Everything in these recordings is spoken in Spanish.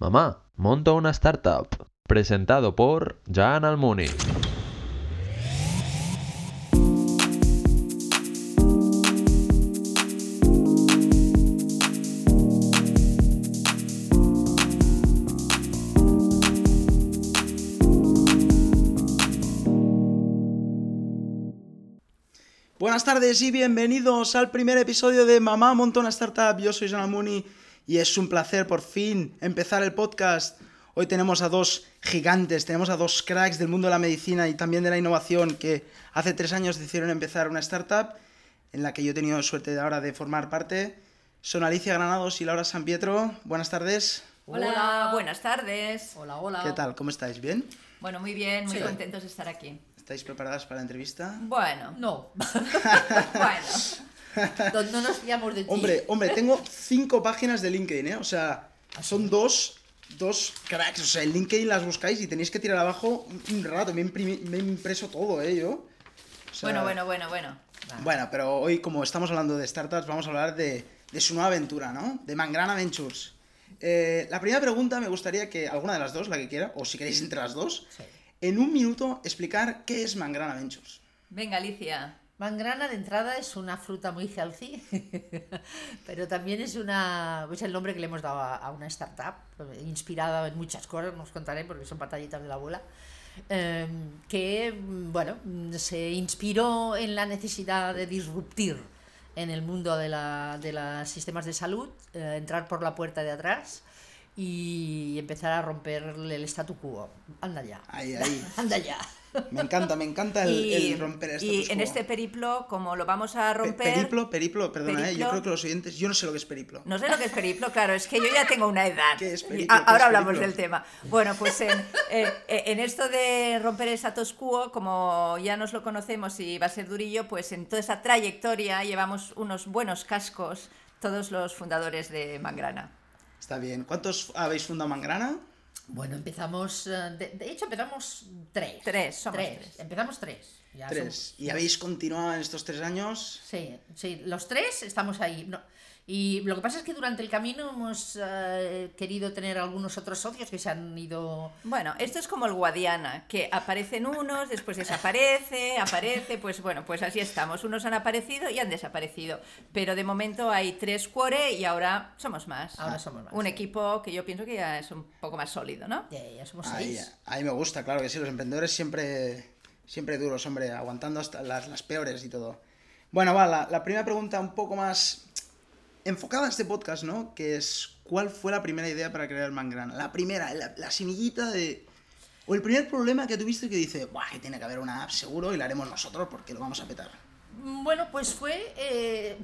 Mamá, monto una startup. Presentado por Jan Almuni. Buenas tardes y bienvenidos al primer episodio de Mamá Montona Startup. Yo soy Jonah Mooney y es un placer por fin empezar el podcast. Hoy tenemos a dos gigantes, tenemos a dos cracks del mundo de la medicina y también de la innovación que hace tres años decidieron empezar una startup en la que yo he tenido suerte de ahora de formar parte. Son Alicia Granados y Laura San Pietro. Buenas tardes. Hola, buenas tardes. Hola, hola. ¿Qué tal? ¿Cómo estáis? ¿Bien? Bueno, muy bien, muy Sí. contentos de estar aquí. ¿Estáis preparadas para la entrevista? Bueno, No, bueno. no, no nos fiamos de ti. Hombre, hombre, tengo cinco páginas de LinkedIn, ¿eh? O sea, son dos, dos cracks. O sea, en LinkedIn las buscáis y tenéis que tirar abajo un, un rato. Me, he imprimi- me he impreso todo, ¿eh? Yo. O sea, Bueno, bueno, bueno, bueno. Va. Bueno, pero hoy, como estamos hablando de startups, vamos a hablar de, de su nueva aventura, ¿no? De Mangrana Ventures. Eh, la primera pregunta me gustaría que alguna de las dos, la que quiera, o si queréis entre las dos, Sí. en un minuto explicar qué es Mangrana Ventures. Venga, Alicia. Mangrana de entrada es una fruta muy healthy, pero también es una es el nombre que le hemos dado a, a una startup, inspirada en muchas cosas, nos contaré porque son batallitas de la abuela, eh, que bueno, se inspiró en la necesidad de disruptir en el mundo de, la, de los sistemas de salud, eh, entrar por la puerta de atrás y empezar a romper el statu quo. Anda ya, Ahí, ahí. anda ya. Me encanta, me encanta el, y el romper este y en este periplo, como lo vamos a Pe- romper... Periplo, periplo, perdona, eh, yo Periplo. creo que los oyentes, yo no sé lo que es periplo. No sé lo que es periplo, claro, es que yo ya tengo una edad. ¿Qué es Y periplo? ¿Qué a- ahora es hablamos periplo? del tema. Bueno, pues en, eh, eh, en esto de romper el status quo, como ya nos lo conocemos y va a ser durillo, pues en toda esa trayectoria llevamos unos buenos cascos todos los fundadores de Mangrana. Está bien. ¿Cuántos habéis fundado Mangrana? Bueno, empezamos. eh, De, de hecho, empezamos tres. Tres, somos tres. Empezamos tres. Ya Tres. somos- ¿Y habéis continuado en estos tres años? Sí, sí, los tres estamos ahí. No, y lo que pasa es que durante el camino hemos eh, querido tener algunos otros socios que se han ido. Bueno, esto es como el Guadiana, que aparecen unos, después desaparece, aparece, pues bueno, pues así estamos. Unos han aparecido y han desaparecido. Pero de momento hay tres cuore y ahora somos más. Ahora somos más, Un sí. equipo que yo pienso que ya es un poco más sólido, ¿no? Ya, ya somos Ahí, seis. ahí me gusta, claro que sí, los emprendedores siempre, siempre duros, hombre, aguantando hasta las, las peores y todo. Bueno, va, la, la primera pregunta un poco más enfocada a este podcast, ¿no? Que es, ¿cuál fue la primera idea para crear Mangrana? La primera, la, la semillita de... O el primer problema que tuviste que dice, Buah, que tiene que haber una app seguro y la haremos nosotros porque lo vamos a petar. Bueno, pues fue. eh,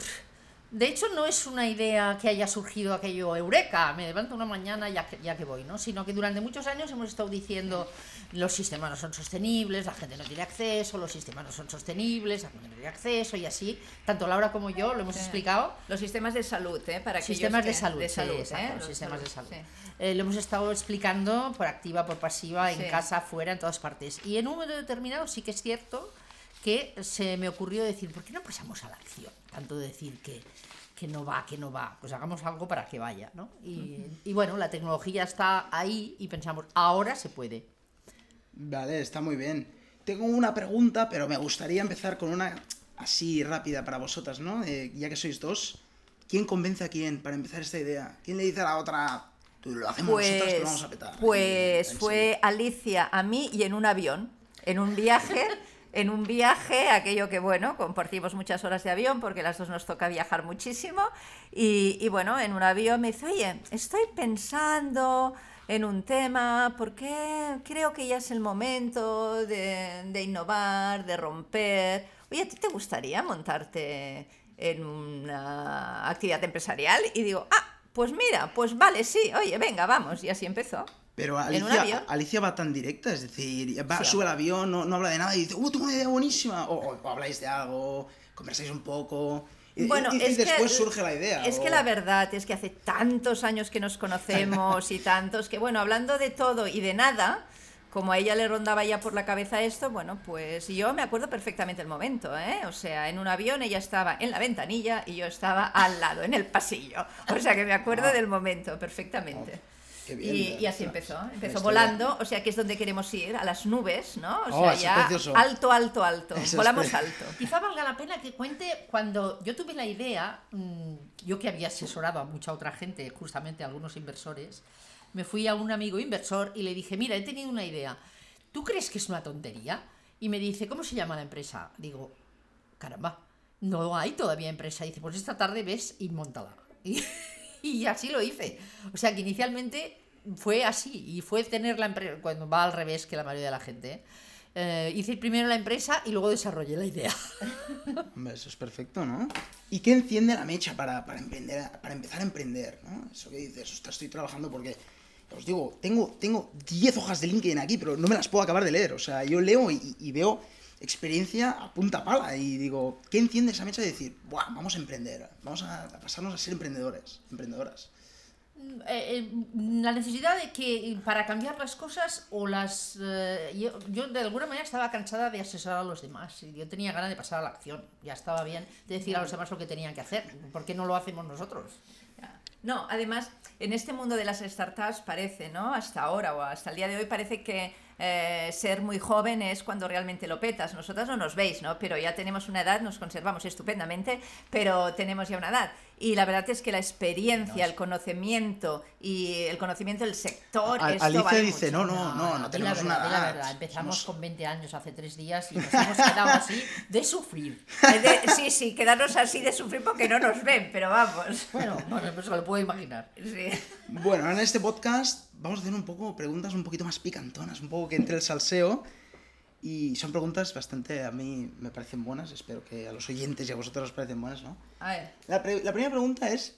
de hecho, no es una idea que haya surgido aquello eureka, me levanto una mañana ya que, ya que voy, ¿no? Sino que durante muchos años hemos estado diciendo los sistemas no son sostenibles, la gente no tiene acceso, los sistemas no son sostenibles, la gente no tiene acceso y así. Tanto Laura como yo lo hemos Sí. explicado. Los sistemas de salud, ¿eh? Para aquellos Sistemas que- de salud, De sí, salud, exacto, ¿eh? los Los sistemas de salud, salud. sí. Eh, lo hemos estado explicando por activa, por pasiva, en Sí. casa, fuera, en todas partes. Y en un momento determinado sí que es cierto que se me ocurrió decir, ¿por qué no pasamos a la acción? Tanto decir que, que no va, que no va, pues hagamos algo para que vaya, ¿no? Y, y bueno, la tecnología está ahí y pensamos, ahora se puede. Vale, está muy bien. Tengo una pregunta, pero me gustaría empezar con una así rápida para vosotras, ¿no? Eh, ya que sois dos, ¿quién convence a quién para empezar esta idea? ¿Quién le dice a la otra, tú lo hacemos nosotras, pero vamos a petar? aquí, pues en fue Alicia a mí y en un avión, en un viaje, en un viaje, aquello que bueno, compartimos muchas horas de avión porque las dos nos toca viajar muchísimo y, y, bueno, en un avión me dice, oye, estoy pensando en un tema porque creo que ya es el momento de, de innovar, de romper. Oye, ¿a ti te gustaría montarte en una actividad empresarial? Y digo, ah, pues mira, pues vale, sí, oye, venga, vamos. Y así empezó. Pero ¿En un Alicia, avión? Alicia va tan directa, es decir, va, Sí. sube al avión, no, no habla de nada y dice, ¡uh, tengo una idea buenísima! O, o- o habláis de algo, conversáis un poco. Y, y- y después surge la idea. Es que o- la verdad es que hace tantos años que nos conocemos y tantos que, bueno, hablando de todo y de nada, como a ella le rondaba ya por la cabeza esto, bueno, pues yo me acuerdo perfectamente el momento, ¿eh? O sea, en un avión ella estaba en la ventanilla y yo estaba al lado, en el pasillo. O sea que me acuerdo del momento perfectamente. Ah. Qué bien, Y, y así ostras, empezó. ¿eh? una Empezó historia. volando, o sea que es donde queremos ir, a las nubes, ¿no? Oh, O sea, eso es ya precioso. alto, alto, alto. Eso es Volamos pre- alto. Quizá valga la pena que cuente cuando yo tuve la idea, mm, yo que había asesorado a mucha otra gente, justamente a algunos inversores, me fui a un amigo inversor y le dije, mira, he tenido una idea, ¿tú crees que es una tontería? Y me dice, ¿cómo se llama la empresa? Digo, caramba, no hay todavía empresa. Y dice, pues esta tarde ves y montala. Y, y así lo hice. O sea que inicialmente fue así y fue tener la empresa, cuando va al revés que la mayoría de la gente. ¿eh? Eh, hice primero la empresa y luego desarrollé la idea. Hombre, eso es perfecto, ¿no? ¿Y qué enciende la mecha para, para emprender, para empezar a emprender, ¿no? Eso que dices, ostras, estoy trabajando porque, ya os digo, tengo, tengo 10 hojas de LinkedIn aquí, pero no me las puedo acabar de leer. O sea, yo leo y, y veo experiencia a punta pala y digo, ¿qué enciende esa mecha de decir, Buah, vamos a emprender, vamos a, a pasarnos a ser emprendedores, emprendedoras? Eh, eh, la necesidad de que eh, para cambiar las cosas o las... eh, yo, yo de alguna manera estaba cansada de asesorar a los demás y yo tenía ganas de pasar a la acción. Ya estaba bien de decir a los demás lo que tenían que hacer. ¿Por qué no lo hacemos nosotros? Ya. No, además, en este mundo de las startups parece, ¿no? Hasta ahora o hasta el día de hoy parece que eh, ser muy joven es cuando realmente lo petas. Nosotras no nos veis, ¿no? Pero ya tenemos una edad, nos conservamos estupendamente, pero tenemos ya una edad. Y la verdad es que la experiencia, el conocimiento y el conocimiento del sector... Al- esto Alicia vale dice, mucho. no, no, no, no, di la tenemos verdad, una di la edad. verdad. Empezamos Somos- con 20 años hace tres días y nos hemos quedado así de sufrir. Eh, de- sí, sí, quedarnos así de sufrir porque no nos ven, pero vamos. Bueno, bueno, pues lo puedo imaginar. Sí. Bueno, ahora en este podcast vamos a hacer un poco preguntas un poquito más picantonas, un poco que entre el salseo. Y son preguntas bastante, a mí me parecen buenas, espero que a los oyentes y a vosotros os parecen buenas, ¿no? A ver. La, pre- la primera pregunta es,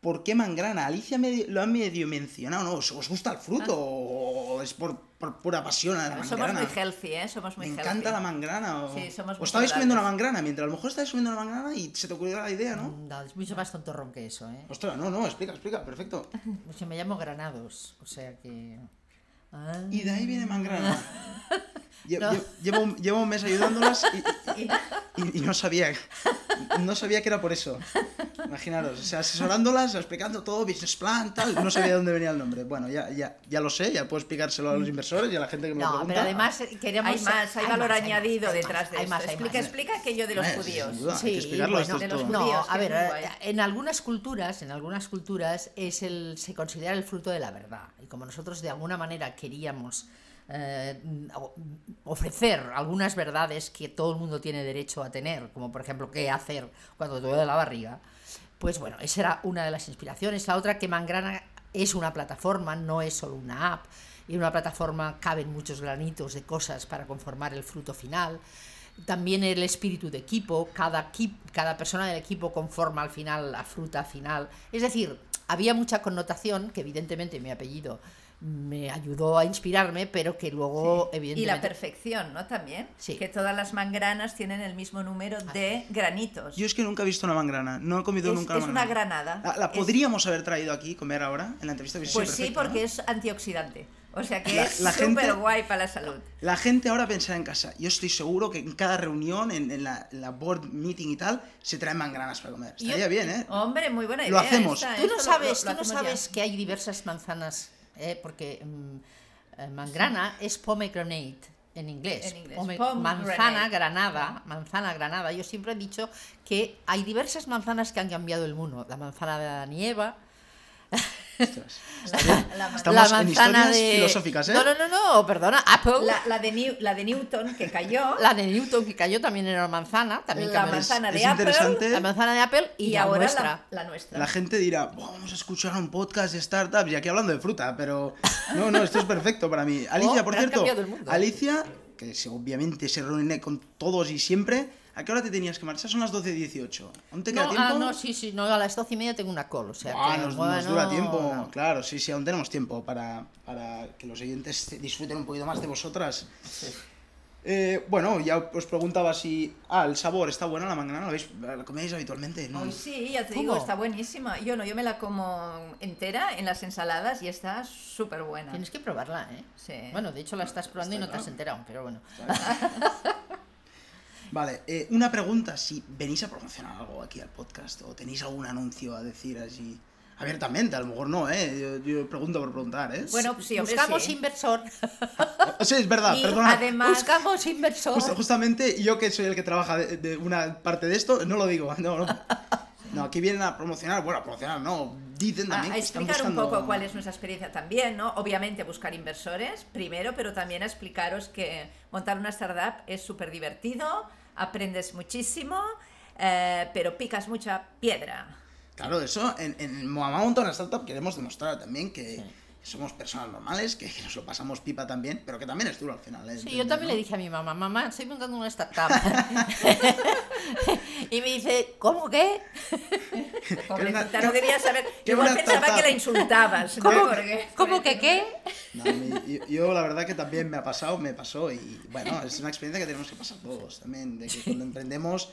¿por qué mangrana? Alicia me- lo ha medio mencionado, ¿no? ¿Os, os gusta el fruto o es por, por pura pasión a la Ah. Somos mangrana? muy healthy, ¿eh? Somos muy me healthy. encanta la mangrana. O, Sí, somos o muy estabais comiendo una saludables. mangrana, mientras a lo mejor estabais comiendo una mangrana y se te ocurrió la idea, ¿no? Mm. No, es mucho más tontorrón que eso, ¿eh? Ostras, no, no, explica, explica, perfecto. O sea, me llamo Granados, o sea que... Ah. Y de ahí Mm. viene Mangrana. Lle- No. lle- Llevo, un- llevo un mes ayudándolas y, y- y- y no sabía. No sabía que era por eso. Imaginaros, o sea, asesorándolas, explicando todo, business plan, tal. No sabía de dónde venía el nombre. Bueno, ya, ya, ya lo sé, ya puedo explicárselo Mm. a los inversores y a la gente que me lo No, pregunta. pero además eh, queremos... Hay más, hay, valor más, hay añadido más, hay detrás más, de hay esto. más, hay explica, más. explica aquello de los Eh, judíos. sin duda. hay que explicarlo, esto bueno, es de los todo. judíos, No, que a es ver, muy eh, guay. en algunas culturas, en algunas culturas es el, se considera el fruto de la verdad. Y como nosotros de alguna manera queríamos eh, o- ofrecer algunas verdades que todo el mundo tiene derecho a tener, como por ejemplo qué hacer cuando te duele la barriga, pues bueno, esa era una de las inspiraciones. La otra que Mangrana es una plataforma, no es solo una app. Y en una plataforma caben muchos granitos de cosas para conformar el fruto final. También el espíritu de equipo, cada, equi- cada persona del equipo conforma al final la fruta final. Es decir, había mucha connotación que evidentemente mi apellido me ayudó a inspirarme, pero que luego Y la evidentemente... perfección, ¿no? También. Sí. Que todas las mangranas tienen el mismo número de granitos. Yo es que nunca he visto una mangrana, no he comido es nunca es una una mangrana. granada. La, la Es- podríamos haber traído aquí, comer ahora, en la entrevista. hubiese sido pues sí, perfecto, ¿no? porque es antioxidante. O sea que La- es la súper gente- guay para la salud. La gente ahora pensará en casa. Yo estoy seguro que en cada reunión, en, en la, en la board meeting y tal, se traen mangranas para comer. Yo- Estaría bien, ¿eh? Hombre, muy buena idea. Lo hacemos. esta, Tú esto no Ah, lo- sabes, lo- lo tú no hacemos ya. sabes que hay diversas manzanas, eh, porque mm, eh, mangrana es pomegranate en inglés. En inglés, Pome- pomegranate. manzana granada, manzana granada. Yo siempre he dicho que hay diversas manzanas que han cambiado el mundo. La manzana de la nieva, Ostras. La man- Estamos la en manzana historias de filosóficas, ¿eh? No, no, no, no, perdona, Apple, la, la, la de New- la de Newton que cayó, de Newton que cayó también era manzana, también La cambió- manzana es de Apple interesante. la manzana de Apple y, y, la ahora nuestra. la, la nuestra. La gente dirá, "Buah, vamos a escuchar un podcast de startups y aquí hablando de fruta, pero no, no, esto es perfecto para mí. Alicia, Oh, por pero han cierto, cambiado el mundo. Alicia, que se- obviamente se reúne con todos y siempre, ¿a qué hora te tenías que marchar? Son las 12.18. ¿Aún te queda no, tiempo? ah, no, sí, sí, no, a las doce y media tengo una call, o sea, Ah, que, nos, nos bueno, dura tiempo. no. Claro, sí, sí, aún tenemos tiempo para, para que los oyentes te- disfruten un poquito más de vosotras. Eh, bueno, ya os preguntaba si. Ah, el sabor está bueno la mangrana, ¿la, veis, la coméis habitualmente? ¿no? Hoy sí, ya te ¿Cómo? digo, está buenísima. Yo no, yo me la como entera en las ensaladas y está súper buena. Tienes que probarla, ¿eh? Sí. Bueno, de hecho la estás probando y no te has enterado, pero bueno. Vale, eh, una pregunta: si venís a promocionar algo aquí al podcast o tenéis algún anuncio a decir así. abiertamente, a lo mejor no, ¿eh? Yo, yo pregunto por preguntar, ¿eh? Bueno, pues Sí, hombre, buscamos sí. inversor. sí, es verdad, y perdona. además- Más. Buscamos inversor. Oh. Justa- justamente yo que soy el que trabaja de, de una parte de esto, no lo digo, no, no. No, aquí vienen a promocionar, bueno, a promocionar no, dicen Ah, A, también a que están explicar un buscando- poco cuál es nuestra experiencia también, ¿no? Obviamente buscar inversores primero, pero también a explicaros que montar una startup es súper divertido, aprendes muchísimo, eh, pero picas mucha piedra. Claro, eso en, en Mamá Montona Startup queremos demostrar también que somos personas normales, que, que nos lo pasamos pipa también, pero que también es duro al final. ¿eh? Sí, Entender, yo también ¿no? le dije a mi mamá, mamá, estoy montando una startup. y me dice, ¿cómo qué? Pobrecita, una- no debías saber. qué Igual una pensaba startup. que la insultabas, ¿no? ¿Cómo, Porque- ¿cómo que qué? No, a mí- yo, yo la verdad que también me ha pasado, me pasó y bueno, es una experiencia que tenemos que pasar todos también, de que cuando emprendemos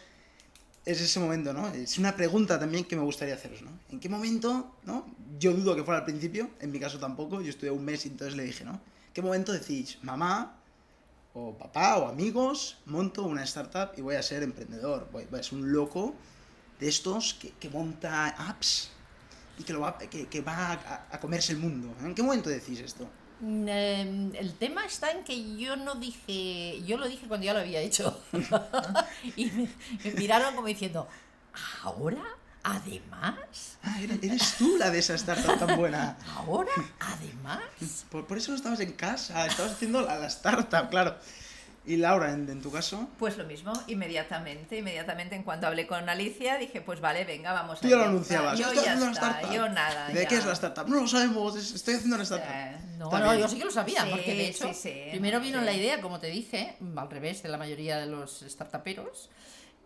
es ese momento, ¿no? Es una pregunta también que me gustaría haceros, ¿no? ¿En qué momento, ¿no? Yo dudo que fuera al principio, en mi caso tampoco, yo estuve un mes y entonces le dije, ¿no? ¿Qué momento decís, mamá o papá o amigos, monto una startup y voy a ser emprendedor? Voy, voy a ser un loco de estos que, que monta apps y que, lo va, que, que va a, a comerse el mundo. ¿En qué momento decís esto? Mm, eh, El tema está en que yo no dije, yo lo dije cuando ya lo había hecho. y me, me miraron como diciendo, ¿ahora? ¿Además? Ah, eres, eres tú la de esa startup tan buena. ¿Ahora? ¿Además? Por, por eso no estabas en casa, estabas haciendo la, la startup, claro. Y Laura, en, en tu caso, Pues lo mismo, inmediatamente, inmediatamente en cuanto hablé con Alicia dije, pues vale, venga, vamos tú ya lo allá. anunciabas. Yo estoy ya haciendo una está, startup. yo nada. ¿Y ¿De ya. qué es la startup? No lo sabemos, es- estoy haciendo una startup. Eh, No, Está no, bien. yo sí que lo sabía, Sí, porque de hecho, sí, sí, primero vino sí. la idea, como te dije, al revés de la mayoría de los startuperos,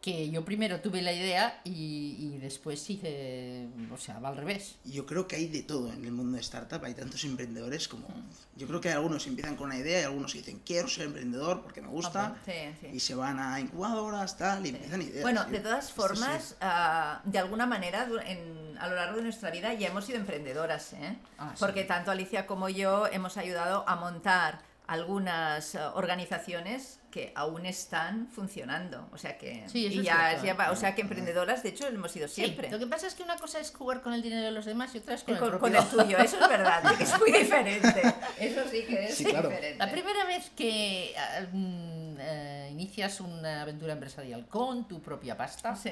que yo primero tuve la idea y, y después hice, o sea, va al revés. Yo creo que hay de todo en el mundo de startup, hay tantos emprendedores como... Mm. Yo creo que algunos empiezan con una idea y algunos dicen, quiero ser emprendedor porque me gusta. sí, sí. Y se van a incubadoras, tal, y empiezan Eh, ideas. Bueno, tío. de todas Esto sí. formas, ah, de alguna manera, du- en- a lo largo de nuestra vida ya hemos sido emprendedoras, ¿eh? Ah, sí. Porque tanto Alicia como yo hemos ayudado a montar algunas ah, organizaciones que aún están funcionando, o sea que Sí, eso y es ya, cierto. ya va- o sea que emprendedoras, de hecho, lo hemos sido siempre. Sí, lo que pasa es que una cosa es jugar con el dinero de los demás y otra es Eh, con el, con, con propio. el tuyo, eso es verdad, que es muy diferente. Eso sí que es Sí, claro. diferente. La primera vez que ah, mm, eh, inicias una aventura empresarial con tu propia pasta, Sí.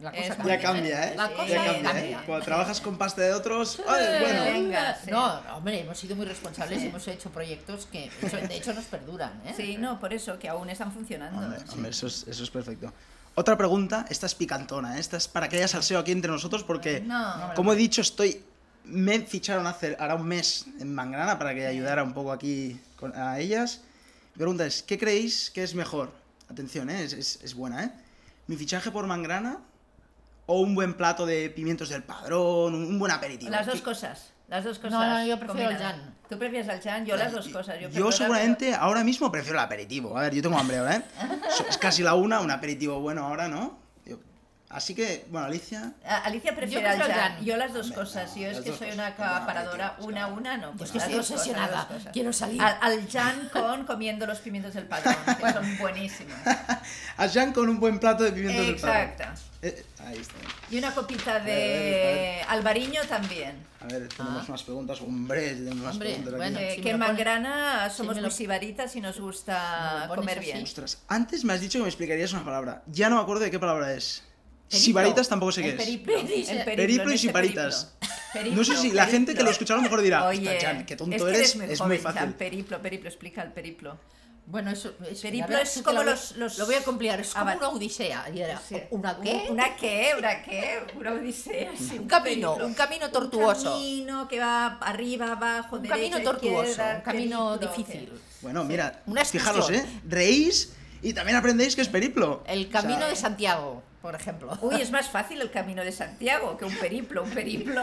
la Es cosa muy Ya cambia. cambia, ¿eh? La Sí, cosa ya cambia, cambia. ¿eh? Cuando trabajas con pasta de otros, ¡ay, bueno! Venga, sí. No, hombre, hemos sido muy responsables y hemos hecho proyectos que eso- de hecho nos perduran, ¿eh? Sí, no, por eso, que aún están funcionando. Hombre, sí. hombre, eso, es, eso es perfecto. Otra pregunta, esta es picantona, ¿eh? esta es para que haya salseo aquí entre nosotros porque, No. como he dicho, estoy me ficharon hace ahora un mes en Mangrana para que ayudara un poco aquí con- a ellas. Mi pregunta es, ¿qué creéis que es mejor? Atención, ¿eh? es, es- es buena, ¿eh? ¿Mi fichaje por Mangrana o un buen plato de pimientos del padrón, un, un buen aperitivo? Las dos ¿Qué- cosas. Las dos cosas. No, no, yo prefiero combinadas. el Jan. Tú prefieres al Jan, yo las dos cosas. Yo, Yo, perdona, seguramente ahora mismo prefiero el aperitivo. A ver, yo tengo hambre ahora, ¿eh? So- Es casi la una, un aperitivo bueno ahora, ¿no? Yo- Así que, bueno, Alicia... pero- Ah, Alicia prefiere Yo al prefiero al Jan. Jan. Yo las dos Hombre, cosas. no, Yo es las que dos soy cosas. una No, no, acaparadora, tío, una a no. una, no. Yo es pues que las estoy dos cosas, las obsesionada, dos cosas. quiero salir. Al, al Jan con comiendo los pimientos del padrón, que son buenísimos. A Jean con un buen plato de pimientos Exacto. del padrón. Eh, ahí está. Y una copita A ver, a ver, de albariño también. A ver, tenemos Ah. más preguntas. Hombre, tenemos más Hombre, preguntas bueno. aquí. Eh, si que me en lo pones- Mangrana si somos me lo- muy sibaritas y nos me gusta lo pones comer así. bien. Ostras, antes me has dicho que me explicarías una palabra. Ya no me acuerdo de qué palabra es. Periplo. Sibaritas tampoco sé qué El es. periplo. El Dice- Periplo en y este sibaritas. Periplo, No sé si la gente que lo periplo. escuchara a lo mejor dirá, Oye, "Hostia, Jan, qué tonto es que eres, muy es joven, muy fácil. Jan, periplo, periplo, explica el periplo. Bueno, eso, eso Periplo la verdad es que como lo voy- los- los- Lo voy a complicar, es Ah, como vale. una odisea. Y era, Sí. ¿una qué? ¿Una qué? ¿Una qué? Una odisea. sí, Un camino, periplo. un camino tortuoso. Un camino que va arriba, abajo, Un derecha, camino tortuoso, izquierda, un camino periplo, difícil. que- Bueno, mira, Una fijaros, ¿eh? excursión. Reís y también aprendéis que es periplo. El O sea, camino de Santiago, por ejemplo. Uy, es más fácil el camino de Santiago que un periplo. Un periplo.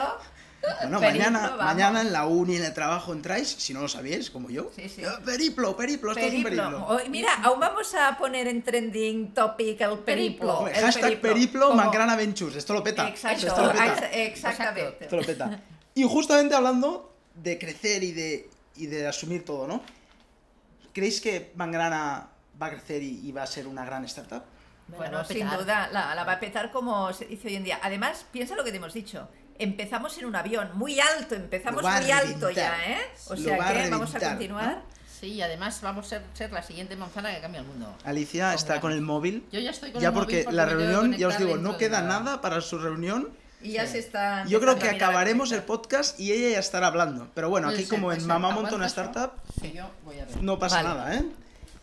Bueno, Periplo, mañana, vamos. mañana en la uni, en el trabajo entráis, si no lo sabíais, como yo. Sí, sí. Eh, Periplo, periplo, esto es un Periplo. periplo. Hoy, mira, aún vamos a poner en trending topic el periplo. Hombre, el hashtag periplo, Como- Mangrana Ventures, esto lo peta. Exacto, Esto lo exa- peta. exactamente. Esto lo peta. Y justamente hablando de crecer y de, y de asumir todo, ¿no? ¿Creéis que Mangrana va a crecer y, y va a ser una gran startup? Me la va Bueno, a sin petar. duda, la, la va a petar como se dice hoy en día. Además, piensa lo que te hemos dicho. Empezamos en un avión, muy alto, empezamos Lo va a muy alto ya, reventar. ¿eh? O Lo sea va a que vamos a reventar, continuar. Sí, y además vamos a ser, ser la siguiente manzana que cambia el mundo. Alicia está con el móvil. Yo ya estoy con Ah, Ya el móvil porque la me tengo que reunión, ya os conectar digo, dentro no de queda nada para su reunión. Y ya se está. Yo creo empezando que a mirar la acabaremos el cabeza. podcast y ella ya estará hablando. Pero bueno, Puede aquí ser, como puede en ser. Mamá monta una Aguanta eso, startup, que yo voy a ver. no pasa Vale. nada, ¿eh?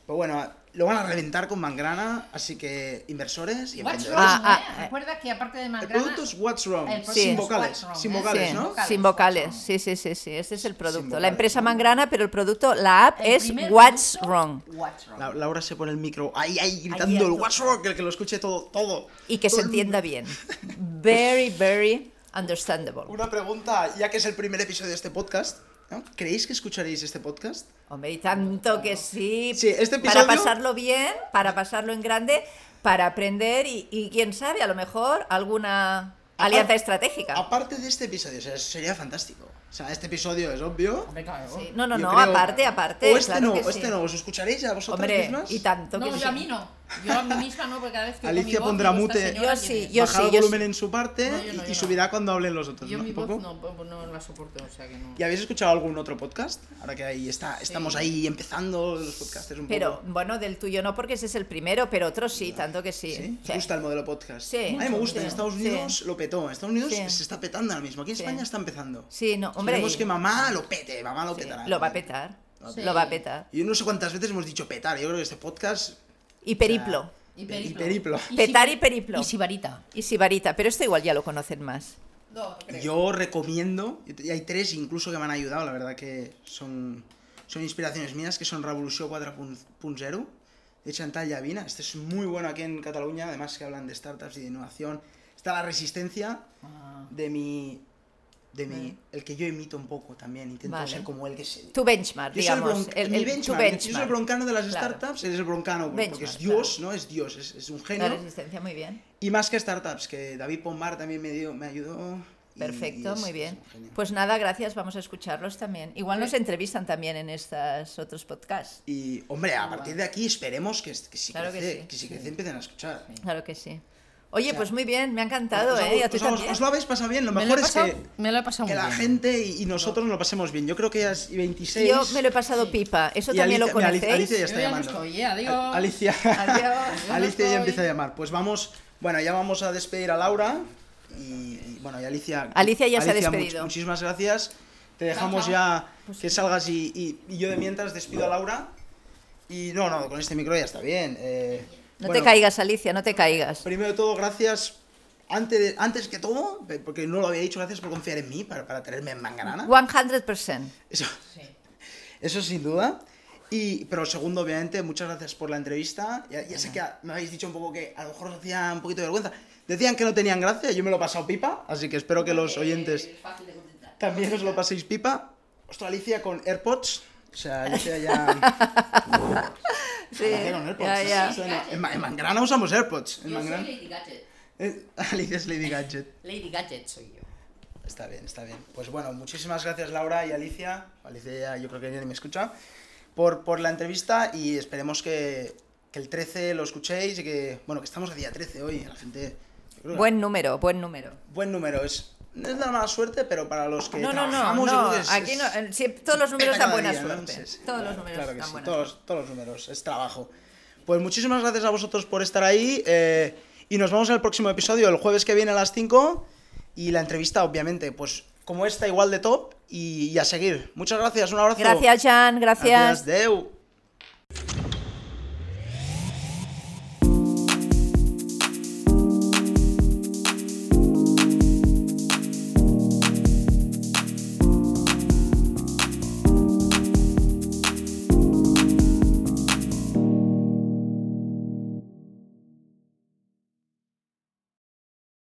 Pero bueno, lo van a reventar con Mangrana, así que inversores y What's emprendedores. wrong, Ah, eh? ah, Recuerda que aparte de El Mangrana... producto es What's Wrong, El producto sin es vocales, What's Wrong, sin ¿eh? vocales, Sí, ¿no? Sin vocales, sí, sí, sí, sí. Este es el producto. La vocales. empresa Mangrana, pero el producto, la app el es primer What's producto, Wrong. What's Wrong. La- Laura se pone el micro ahí, ahí, Ahí, gritando ahí, el todo. What's Wrong, el que lo escuche todo, todo. Y que se Todo el mundo. entienda bien. Very, very understandable. Una pregunta, ya que es el primer episodio de este podcast, ¿no? ¿creéis que escucharéis este podcast? Hombre, y tanto que sí. Sí, este episodio- Para pasarlo bien, para pasarlo en grande, para aprender y, y quién sabe, a lo mejor alguna Apar- alianza estratégica. Aparte de este episodio, o sea, sería fantástico. O sea, este episodio es obvio. Hombre, claro. Sí, No, no, Yo no, creo- aparte, aparte. O este claro no, que o este sí. no, os escucharéis a vosotras Hombre, mismas. y tanto No, que yo sí. a mí no. Yo a mí misma no, porque cada vez que oigo Alicia mi voz, pondrá digo, "Esta mute". señora, Yo ¿quién sí, es?". yo Bajar sí, el volumen en su parte No, yo no, y, yo y no. subirá cuando hablen los otros, Yo ¿no? mi ¿Un voz poco? no, pues, no la soporto, o sea que no. ¿Y habéis escuchado algún otro podcast? Ahora que ahí está, estamos ahí empezando los podcasters un Pero poco. bueno, del tuyo no, porque ese es el primero, pero otro sí, tanto que sí. ¿Sí? ¿Os Sí. gusta el modelo podcast? Sí. A mí me Mucho, gusta, en sí. Estados Unidos Sí. lo petó, en Estados Unidos Sí. se está petando ahora mismo, aquí en Sí. España está empezando. Sí, no, hombre. Esperemos y- que mamá lo pete, mamá lo sí, petará. lo va a petar. Sí. Lo va a petar. Yo no sé cuántas veces hemos dicho petar, yo creo que este podcast... Y periplo. Y periplo. si- Petar y periplo. Y sibarita. Y sibarita, pero esto igual ya lo conocen más. No, creo. Yo recomiendo, y hay tres incluso que me han ayudado, la verdad que son, son inspiraciones mías, que son Revolución 4.0 de Chantal Llavina. Este es muy bueno aquí en Cataluña, además que hablan de startups y de innovación. Está La Resistencia Ah. de mi... De mi, el que yo imito un poco también, intento Vale. ser como él que se... Tu benchmark, Yo soy el, digamos. bronc- el, mi el- tu benchmark, yo soy el benchmark. broncano de las Claro. startups, él es el broncano, porque Benchmark, es Dios, ¿no? Es Dios, es, es un genio. La resistencia, muy bien. Y más que startups, que David Pomar también me, dio, me ayudó. y- Perfecto, y es- muy es bien. un genio. Pues nada, gracias, vamos a escucharlos también. Igual nos entrevistan también en estos otros podcasts. Y, hombre, a Guau. partir de aquí esperemos que, que si Ah, Claro que crece, que, sí. si crece empiecen a escuchar. Claro que sí. Oye, sea, pues muy bien, me ha encantado, Os- ¿eh? Y a os- ti os- también. os lo habéis pasado bien, lo Me lo he mejor es pasado- que, me lo he pasado que muy la bien. gente y, y nosotros nos lo pasemos bien. Yo creo que ya es 26. Yo me lo he pasado pipa, eso y también lo Alicia- mira, Alicia- conocéis. Alicia ya Yo está ya no llamando. estoy, eh, adiós. Al- Alicia. Adiós. Yo no Alicia ya estoy. eh. empieza a llamar. Pues vamos, bueno, ya vamos a despedir a Laura y, y, bueno, y Alicia. Alicia ya se ha much- despedido. Pues muchísimas gracias. Te dejamos chao. ya que salgas y, y- y yo de mientras despido a Laura. Y no, no, con este micro ya está bien. Eh, No bueno, te caigas, Alicia, no te caigas. Primero de todo, gracias. Antes, de- antes que todo, pe- porque no lo había dicho, gracias por confiar en mí para, para tenerme en manganana. 100%. Eso, Sí. eso sin duda. Y, pero segundo, obviamente, muchas gracias por la entrevista. Ya, ya sé que a- me habéis dicho un poco que a lo mejor os hacía un poquito de vergüenza. Decían que no tenían gracia, yo me lo he pasado pipa, así que espero que los oyentes Eh, fácil de contestar. también os lo paséis pipa. Ostras, Alicia con AirPods. O sea, Alicia ya... Sí, Alicia con AirPods. ya, ya. Eso no- En, Ma- en Mangrana usamos AirPods. En Yo soy Mangrana... Lady Gadget. Eh, Alicia es Lady Gadget. Lady Gadget soy yo. Está bien, está bien. Pues bueno, muchísimas gracias Laura y Alicia. Alicia ya yo creo que ya ni me escucha. Por, por la entrevista y esperemos que, que el 13 lo escuchéis y que, bueno, que estamos a día 13 hoy. La gente... yo creo que- Buen número, buen número. buen número. Es, no es la mala suerte, pero para los que... No, no, no, trabajamos, yo no, creo que es- aquí no, es- eh, sí, todos los números peta dan cada buena día, ¿no? suerte. Entonces, Todos los claro, números claro que dan sí, buena suerte. todos, todos los números, es trabajo. Pues muchísimas gracias a vosotros por estar ahí eh, y nos vemos en el próximo episodio, el jueves que viene a las 5 y la entrevista, obviamente, pues como esta, igual de top y, y a seguir. Muchas gracias, un abrazo. Gracias, Jan, gracias. Deu.